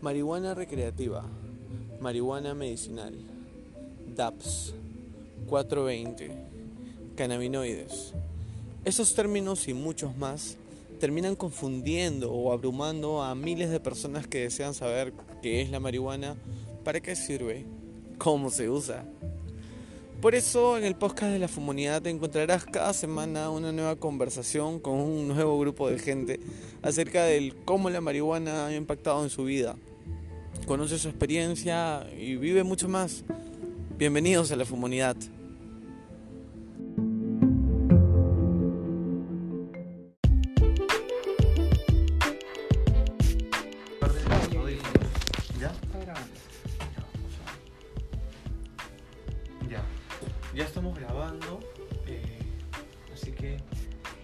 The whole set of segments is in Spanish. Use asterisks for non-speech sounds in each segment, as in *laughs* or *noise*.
Marihuana recreativa. Marihuana medicinal. DAPS. 420. Cannabinoides. Esos términos y muchos más terminan confundiendo o abrumando a miles de personas que desean saber qué es la marihuana, para qué sirve, cómo se usa. Por eso en el podcast de la Fumonidad te encontrarás cada semana una nueva conversación con un nuevo grupo de gente acerca del cómo la marihuana ha impactado en su vida. Conoce su experiencia y vive mucho más. Bienvenidos a la Fumonidad. Ya. Ya estamos grabando. eh, así que.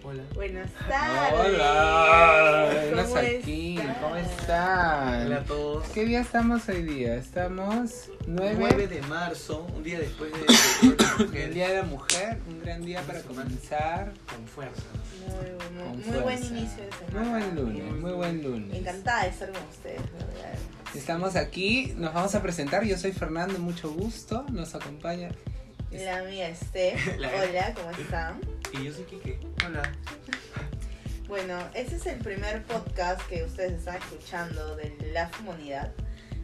Hola. Buenas tardes. Hola, ¿Cómo buenas aquí, están? ¿cómo están? Hola a todos. ¿Qué día estamos hoy día? Estamos 9, 9 de marzo, un día después de- de de la mujer, el Día de la Mujer, un gran día para comenzar. con fuerza. Muy, muy- Con muy fuerza. buen inicio de semana. Muy buen lunes, muy buen lunes. Encantada de estar con ustedes, la verdad. Estamos aquí, nos vamos a presentar, yo soy Fernando, mucho gusto, nos acompaña. La mía *laughs* Steph. La- Hola, ¿cómo están? Y yo soy Kike. Hola. Bueno, este es el primer podcast que ustedes están escuchando de la comunidad.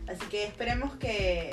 Así que esperemos que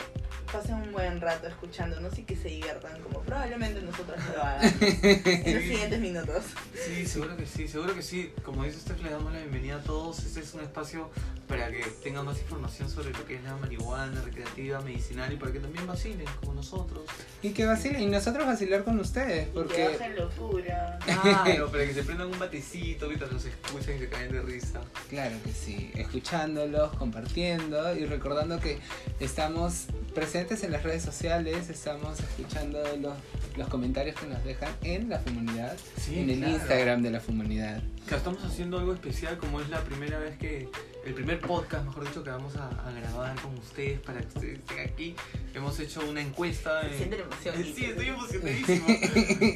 pasen un buen rato escuchándonos y que se diviertan como probablemente nosotros lo *laughs* hagan en los siguientes minutos. Sí, seguro que sí, seguro que sí. Como dice usted, le damos la bienvenida a todos. Este es un espacio para que tengan más información sobre lo que es la marihuana recreativa, medicinal y para que también vacilen como nosotros. Y que vacilen, y nosotros vacilar con ustedes, Que porque bajen locura. Claro, para que se prendan un batecito mientras nos escuchan y se caen de risa. Claro que sí, escuchándolos, compartiendo y recordando que estamos presentes en las redes sociales, estamos escuchando los, los comentarios que nos dejan en la comunidad, Sí, en el claro. Instagram de la comunidad. Claro, estamos haciendo algo especial como es la primera vez que, el primer podcast, mejor dicho, que vamos a, a grabar con ustedes para que ustedes estén aquí. Hemos hecho una encuesta. en- Siente la emoción. Sí, estoy emocionadísimo.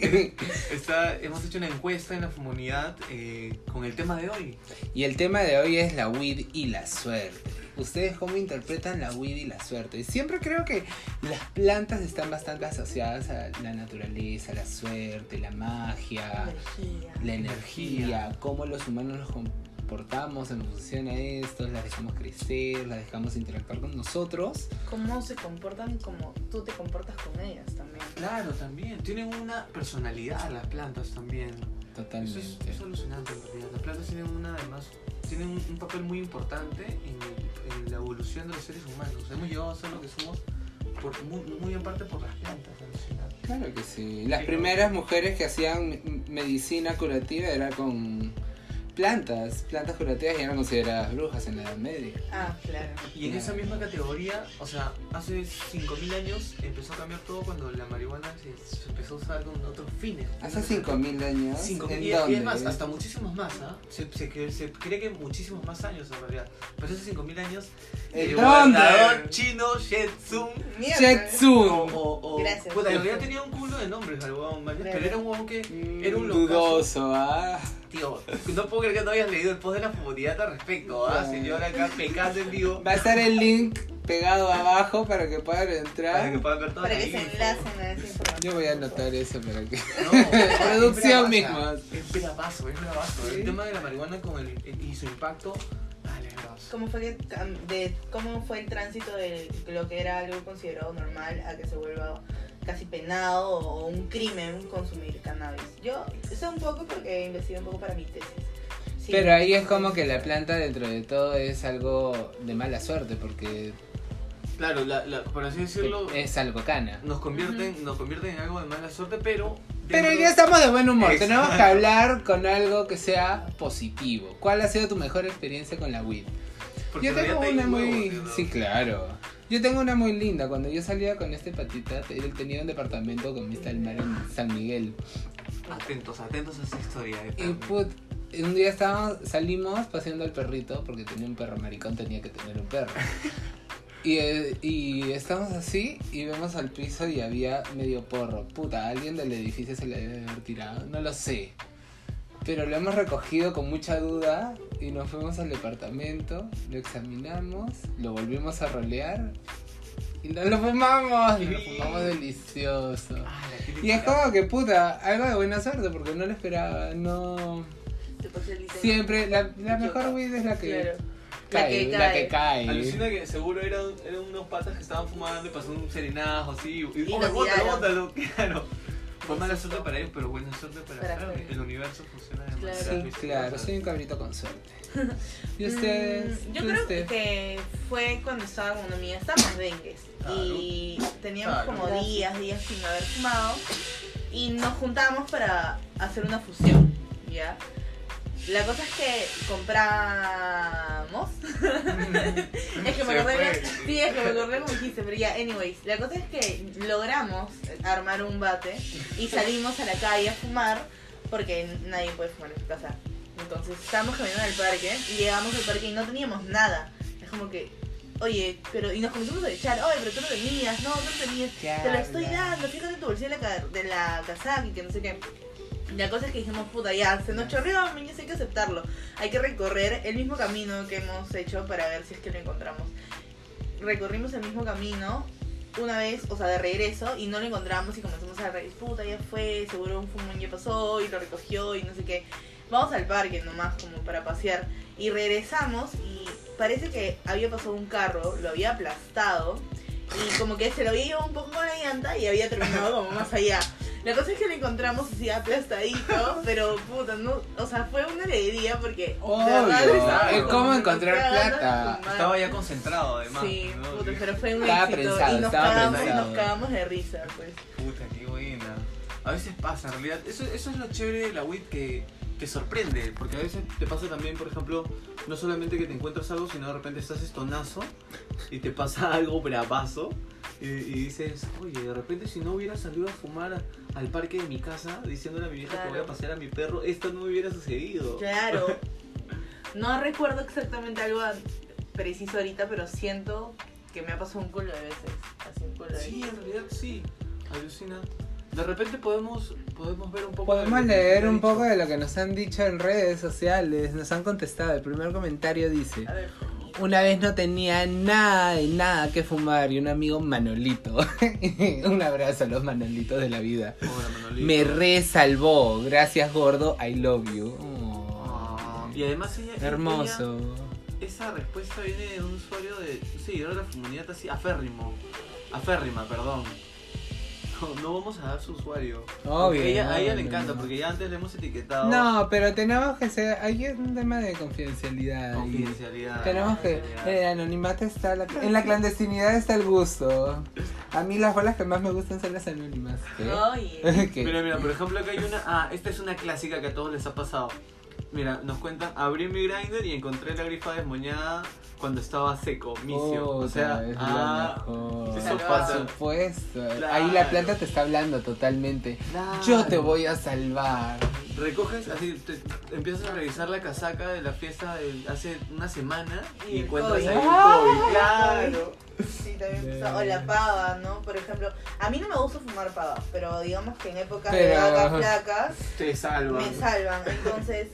*laughs* Está, hemos hecho una encuesta en la comunidad eh, con el tema de hoy. Y el tema de hoy es la weed y la suerte. ¿Ustedes cómo interpretan la weed y la suerte? Y siempre creo que las plantas están bastante asociadas a la naturaleza, la suerte, la magia. Energía. la energía, cómo los humanos nos comportamos en función a esto, las dejamos crecer, las dejamos interactuar con nosotros. cómo se comportan y cómo tú te comportas con ellas también. Claro, también. Tienen una personalidad las plantas también. Eso Totalmente. es, es alucinante en realidad. Las plantas tienen una, además, tienen un, un papel muy importante en, el- en la evolución de los seres humanos. Hemos llegado a ser lo que somos por, muy, muy en parte por las plantas, alucinante. Claro que sí. Las Sí, primeras mujeres que hacían m- medicina curativa era con plantas, plantas curativas y eran consideradas brujas en la Edad Media. Ah, claro. Y en esa misma categoría, o sea, hace 5.000 años empezó a cambiar todo cuando la marihuana se, se empezó a usar con otros fines. Hace 5000 años. 5.000 ¿en y, y dónde? es más, hasta muchísimos más, ¿ah? Se, se cre- se cree que muchísimos más años en realidad. Pero hace 5.000 años, ¿En el dónde? gobernador chino She Tsung pues, o, Jetsun. o, o- Gracias. puta, en realidad tenía un culo de nombres al huevón, man, pero Claro. era un huevón que, Mm, Era un locazo. dudoso, ah. tío, no puedo creer que no hayas leído el post de la comunidad al respecto, ¿ah? Claro. Señora acá pecando en vivo. Va a estar el link pegado abajo para que puedan entrar. Para que puedan ver toda Para la que se info. enlacen a esa información. Yo voy a anotar eso para que. No, Producción es bravaza, misma. Es bravazo, es bravazo. Sí. El tema de la marihuana con el, el- y su impacto, dale, es bravazo. ¿Cómo fue, que cam- de, ¿Cómo fue el tránsito de lo que era algo considerado normal a que se vuelva casi penado o un crimen consumir cannabis? Yo sé un poco porque investigué un poco para mi tesis. Sí. Pero ahí es como que la planta dentro de todo es algo de mala suerte porque Claro, la, la, por así decirlo, es algo cana. nos convierten, nos convierten en algo de mala suerte, pero. Pero hoy dentro- día estamos de buen humor, Exacto. tenemos que hablar con algo que sea positivo. ¿Cuál ha sido tu mejor experiencia con la weed? porque Yo todavía tengo te una hay huevos, muy... tío, ¿no? Sí, claro. Yo tengo una muy linda. Cuando yo salía con este patita, él tenía un departamento con vista al mar en San Miguel. Atentos, atentos a esa historia. de Y Fermi. put, un día estábamos, salimos paseando al perrito, porque tenía un perro maricón, tenía que tener un perro. Y, eh, y estamos así y vemos al piso y había medio porro. Puta, alguien del edificio se le debe haber tirado, no lo sé. Pero lo hemos recogido con mucha duda y nos fuimos al departamento, lo examinamos, lo volvimos a rolear y nos lo fumamos. Nos lo fumamos delicioso. Ah, la Y es típica. como que puta, algo de buena suerte porque no lo esperaba, no. Te pasé el diseño. Siempre, la, la mejor weed es la que Claro. cae. La que cae. Alucina que seguro eran, eran unos patas que estaban fumando y pasó un serenazo así. Y, Y ¡Oh, los bótalo, guiaron. bótalo! *laughs* Claro. Fue mala suerte para ellos, pero buena suerte para, Para Fermi. Fermi. El universo funciona de manera Claro. Sí, misteriosa. claro, soy un cabrito con suerte. ¿Y ustedes? Mm, Yo creo ustedes? que fue cuando estaba con una amiga, estábamos dengues. Y teníamos Claro. como días, días sin haber fumado. Y nos juntábamos para hacer una fusión, ¿ya? La cosa es que *laughs* compramos. es que me Se acordé fue. bien. Sí, es que me acordé como dijiste, pero ya, anyways. La cosa es que logramos armar un bate y salimos a la calle a fumar porque nadie puede fumar en su casa. Entonces estábamos caminando en el parque y llegamos al parque y no teníamos nada. Es como que, oye, pero. Y nos comenzamos a echar, oye, pero tú no tenías, no, tú no tenías. ¿Qué Te lo estoy hablas? dando, fíjate en tu bolsillo de la, ca- de la casaca y que no sé qué. La cosa es que dijimos, puta, ya, se nos chorreó, niños, hay que aceptarlo. Hay que recorrer el mismo camino que hemos hecho para ver si es que lo encontramos. Recorrimos el mismo camino una vez, o sea, de regreso, y no lo encontramos y comenzamos a reír, puta, ya fue, seguro un fumón ya pasó y lo recogió y no sé qué. Vamos al parque nomás, como para pasear. Y regresamos y parece que había pasado un carro, lo había aplastado y como que se lo había llevado un poco con la llanta y había terminado como más allá. La cosa es que lo encontramos así *laughs* aplastadito, pero puta, no, o sea, fue una alegría porque... Obvio, de verdad, estaba es como como que encontrar estaba dando plata. su madre. Estaba ya concentrado, además. Sí, ¿no? puta, Sí. pero fue un Estaba éxito prensado, y nos estaba cagamos, prensado. nos cagamos de risa, *laughs* pues. Puta, qué buena. A veces pasa, en realidad. Eso, eso es lo chévere de la WIT que, que sorprende. Porque a veces te pasa también, por ejemplo, no solamente que te encuentras algo, sino de repente estás estonazo y te pasa *laughs* algo bravazo. Y, y dices, oye, de repente si no hubiera salido a fumar a- al parque de mi casa diciéndole a mi vieja Claro. que voy a pasear a mi perro, esto no hubiera sucedido. Claro. No recuerdo exactamente algo preciso ahorita, pero siento que me ha pasado un culo de veces. Así un culo de Sí, veces. en realidad sí. Alucina. De repente podemos, podemos ver un poco. de Podemos lo que leer se ha un dicho. poco de lo que nos han dicho en redes sociales. Nos han contestado. El primer comentario dice: A ver. Una vez no tenía nada de nada que fumar y un amigo Manolito. *laughs* un abrazo a los Manolitos de la vida. Hola, Manolito. Me resalvó. Gracias, gordo. I love you. Oh, Ah, Y además ella. hermoso. ella- esa respuesta viene de un usuario de. Sí, de la comunidad así. Aférrimo. Aférrima, perdón. No, no vamos a dar su usuario. Obvio. Porque ella- a ella le no, encanta, no. porque ya antes le hemos etiquetado. No, pero tenemos que ser. Ahí es un tema de confidencialidad. y- Confidencialidad. Tenemos que. eh, confidencialidad. En el anonimato está. la- en la clandestinidad está el gusto. A mí las bolas que más me gustan son las anónimas. ¿Qué? *laughs* Oye. ¿Qué? Mira, mira, por ejemplo, acá hay una. Ah, esta es una clásica que a todos les ha pasado. Mira, nos cuentan, abrí mi grinder y encontré la grifa desmoñada cuando estaba seco, Puta, micio. o sea, Oh, es lo ah, mejor. eso Por pasa. supuesto. Claro. Ahí la planta te está hablando totalmente. claro. Yo te voy a salvar. Recoges, así, te- empiezas a revisar la casaca de la fiesta de hace una semana Y y, el encuentras COVID. ahí un Ah, COVID. Claro. Sí, también me pasa. O la pava, ¿no? Por ejemplo, a mí no me gusta fumar pava, pero digamos que en épocas de Pero- vacas flacas Te salva. me *laughs* salvan. Entonces,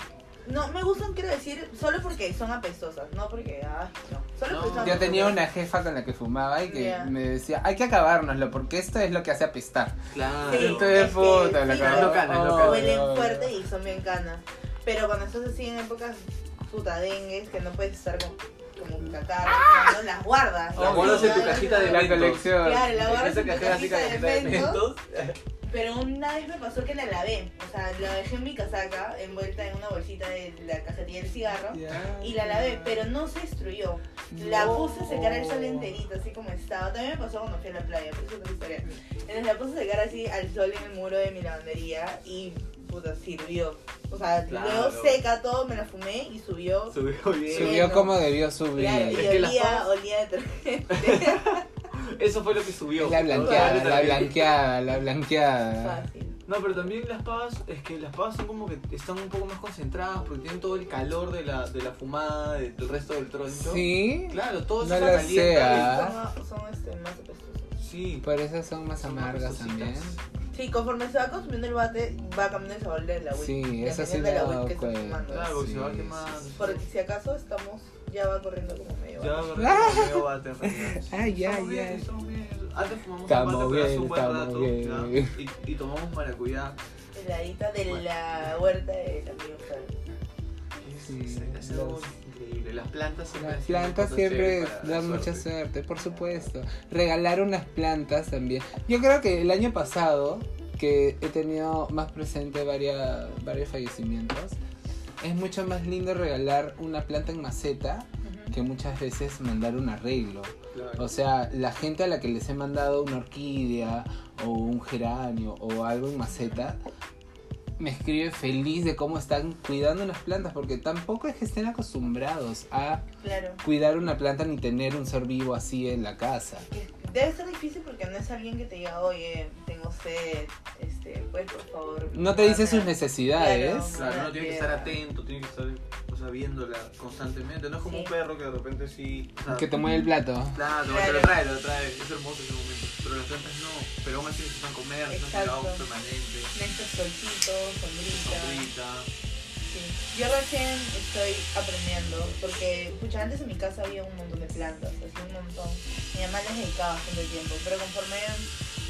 no, me gustan, quiero decir, solo porque son apestosas, no porque, ay, no. Solo No. porque son Yo tenía apestosas. una jefa con la que fumaba y que Ya. me decía, hay que acabárnoslo porque esto es lo que hace apestar. Claro. Sí. Entonces, Es que puta, la Oh, sí, cagó. es local, es local. Obvio, huelen obvio. fuerte y son bien canas. Pero cuando estás así en épocas puta dengues, que no puedes estar con, como catarro, ¿no? las guardas. Las guardas en tu cajita de La colección. Claro, la guardas Esa en tu cajera así cajita de cajita de eventos. eventos. *laughs* Pero una vez me pasó que la lavé. O sea, la dejé en mi casaca, envuelta en una bolsita de la cajetilla del cigarro. Ya. Y la lavé, pero no se destruyó. La No. puse a secar al sol enterita, así como estaba. También me pasó cuando fui a la playa, pero eso es otra historia. Entonces la puse a secar así al sol en el muro de mi lavandería y puta, sirvió. O sea, Claro. luego seca todo, me la fumé y subió. Subió bien. Subió como debió subir. Claro, y Es que las olía, pavas- olía detergente. Eso fue lo que subió. La blanqueada, la Totalmente. blanqueada, la blanqueada. Fácil. No, pero también las pavas, es que las pavas son como que están un poco más concentradas porque tienen todo el calor de la, de la fumada, de- del resto del troncho. Sí, Claro, todo No eso lo está caliente. sea. Son, son este, más apestosos. Sí. por eso son más Son amargas más también. gustositas. Sí, conforme se va consumiendo el bate, va cambiando el sabor de la weed. Sí, dependiendo eso sí me de he la dado weed que estés cuenta. fumando. Claro, porque se va Sí, quemando. sí, Porque si acaso estamos, ya va corriendo como medio. Ya, bate. Ah. me va *laughs* a terminar. Ay, Estamos ay, bien, ay. estamos bien. Antes fumamos Estamos un bate, pero hace un bien, buen estamos rato. bien. ¿ya? Y, y tomamos maracuyá. Heladita de la huerta del amigo Fran. Sí, Es, es algo increíble. Las plantas siempre Las hacen plantas cosas siempre chéveres para la dan mucha suerte, por supuesto. Regalar unas plantas también. Yo creo que el año pasado, que he tenido más presente varia- varios fallecimientos, es mucho más lindo regalar una planta en maceta que muchas veces mandar un arreglo. Claro. O sea, la gente a la que les he mandado una orquídea o un geranio o algo en maceta, me escribe feliz de cómo están cuidando las plantas, porque tampoco es que estén acostumbrados a Claro. cuidar una planta ni tener un ser vivo así en la casa. Que Debe ser difícil porque no es alguien que te diga, oye, tengo sed, este, pues por favor. No te dice guarda". sus necesidades. Claro, no tiene que estar Mierda. atento, tiene que estar o sea, viéndola constantemente. No es como Sí. un perro que de repente sí. o sea, Que te mueve el plato. Claro, Claro. te lo trae, te lo trae. Es hermoso ese momento. Pero las plantas no. Pero aún así necesitan comer, necesitan Exacto. cuidado permanente, Necesitas solcito, sombrita. sombrita. Sí. Yo recién estoy aprendiendo porque, pucha, antes en mi casa había un montón de plantas, así un montón. Mi mamá les dedicaba bastante tiempo, pero conforme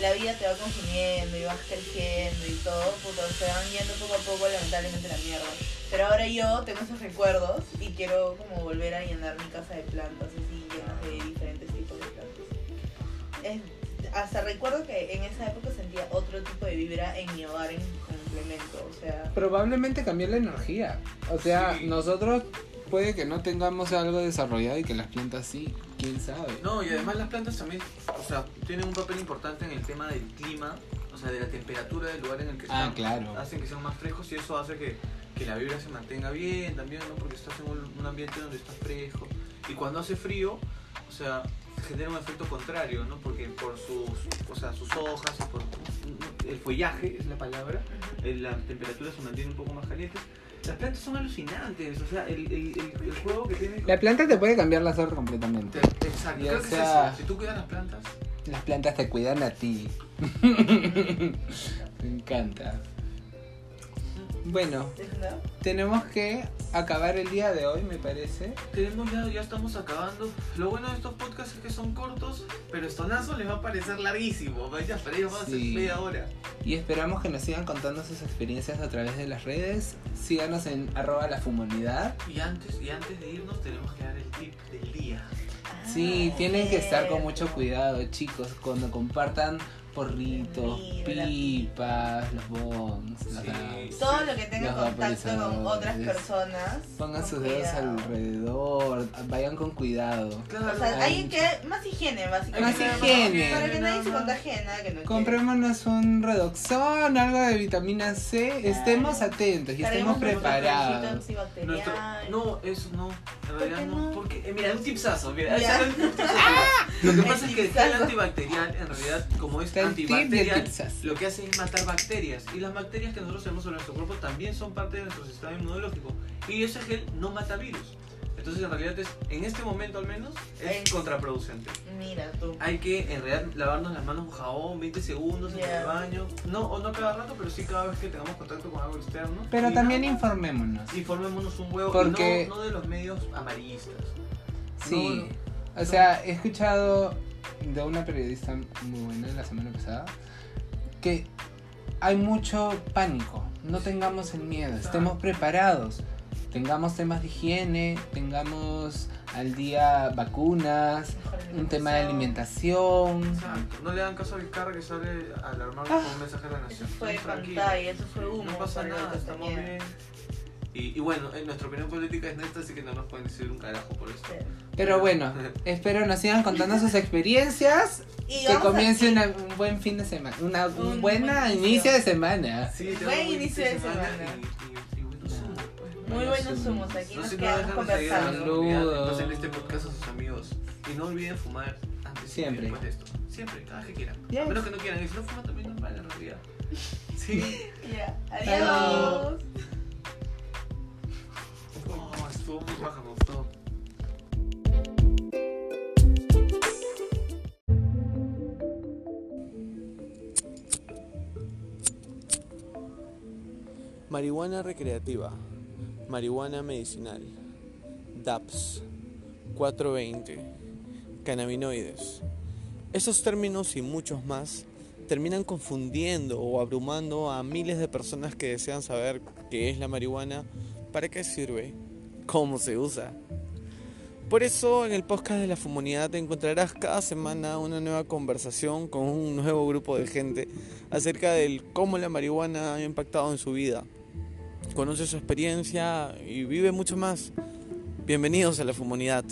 la vida te va consumiendo y vas creciendo y todo, puta, se van yendo poco a poco lamentablemente la mierda. Pero ahora yo tengo esos recuerdos y quiero como volver a llenar mi casa de plantas así llenas de diferentes tipos de plantas. Es- hasta recuerdo que en esa época sentía otro tipo de vibra en mi hogar en complemento, o sea, Probablemente cambió la energía. O sea, Sí. nosotros puede que no tengamos algo desarrollado y que las plantas sí, quién sabe. No, y además las plantas también, o sea, tienen un papel importante en el tema del clima, o sea, de la temperatura del lugar en el que Ah, están. claro. Hacen que sean más frescos y eso hace que, que la vibra se mantenga bien también, ¿no? Porque estás en un, un ambiente donde estás fresco. Y cuando hace frío, o sea, genera un efecto contrario, ¿no? Porque por sus, o sea, sus hojas, y por el follaje, es la palabra, eh, la temperatura se mantiene un poco más caliente. Las plantas son alucinantes, o sea, el, el- el- el juego que tienen... La planta te puede cambiar la flor completamente. Te- Exacto, Ya creo que sea- es eso. Si tú cuidas las plantas, Las plantas te cuidan a ti. *laughs* Me encanta. Bueno, ¿es verdad? tenemos que acabar el día de hoy, me parece. tenemos ya, ya estamos acabando. Lo bueno de estos podcasts es que son cortos, pero estonazo les va a parecer larguísimo. Vaya, para ellos va a ser Sí. media hora. Y esperamos que nos sigan contando sus experiencias a través de las redes. Síganos en arroba la fumonidad. Y antes, y antes de irnos, tenemos que dar el tip del día. Sí, Ah, tienen que estar con cierto. mucho cuidado, chicos, cuando compartan porritos, Mira, la pipas, los bongs, los Sí. dabs. Todo lo que tenga Los contacto con otras vaporizadores. personas. Pongan con sus dedos cuidado. alrededor, vayan con cuidado. Claro, O sea, hay Ay. que. Más higiene, básicamente. Más higiene. Para que nadie se No, no. contagie de nada que no Comprémonos un redoxón, algo de vitamina C, estemos atentos y estemos preparados. nuestro- no, eso no. En realidad qué no. no? Porque, eh, mira, un tipsazo. Mira, ahí Ya. sale *laughs* un tipsazo. Lo *laughs* que El pasa es que el gel tipsazo. antibacterial, en realidad, como es Está el tip y el antibacterial, tipsazo. lo que hace es matar bacterias. Y las bacterias que nosotros tenemos en nuestro cuerpo también son parte de nuestro sistema inmunológico. Y ese gel no mata virus. Entonces, en realidad, es, en este momento al menos, es Es- contraproducente. Mira tú. Hay que, en realidad, lavarnos las manos con jabón 20 segundos en Ya. el baño. No, o no cada rato, pero sí cada vez que tengamos contacto con algo externo. Pero Y también nada más. informémonos. Informémonos un huevo, Porque- y no, no de los medios amarillistas. Sí. No, O sea, he escuchado de una periodista muy buena la semana pasada que hay mucho pánico. No tengamos el miedo, Ah. estemos preparados. Tengamos temas de higiene, tengamos al día vacunas, un tema de alimentación. Exacto. No le dan caso al carro que sale alarmado Ah. con un mensaje de la Eso nación. fue No, tranquilo. pantalla, eso fue humo. No pasa para lo nada, que estamos tenía. bien. Y, y bueno, en nuestra opinión política es neta, así que no nos pueden decir un carajo por esto. *laughs* Pero bueno, espero nos sigan contando sus experiencias. Y Que vamos a- comience una- un buen fin de semana, una, un, Un buen buen inicio. inicio de semana. Sí, tengo Buen un inicio de semana. Y, y, y buenos humos, pues. Muy Buenos buenos humos. humos, aquí No nos se quedamos no dejan de seguir a la conversando. Saludos. comunidad, Entonces, este podcast a sus amigos. Y no olviden fumar antes Siempre. y después de esto. Siempre, cada vez que quieran. Yes. A menos que no quieran. Y si no fuman, también no vale la realidad. *laughs* Sí. Ya, Chao. Adiós. Oh, estuvo muy baja, me gustó. Marihuana recreativa, marihuana medicinal, DAPS, 420, cannabinoides. Esos términos y muchos más terminan confundiendo o abrumando a miles de personas que desean saber qué es la marihuana, para qué sirve, cómo se usa. Por eso en el podcast de la Fumonidad te encontrarás cada semana una nueva conversación con un nuevo grupo de gente acerca del cómo la marihuana ha impactado en su vida. Conoce su experiencia y vive mucho más. Bienvenidos a la Fumonidad.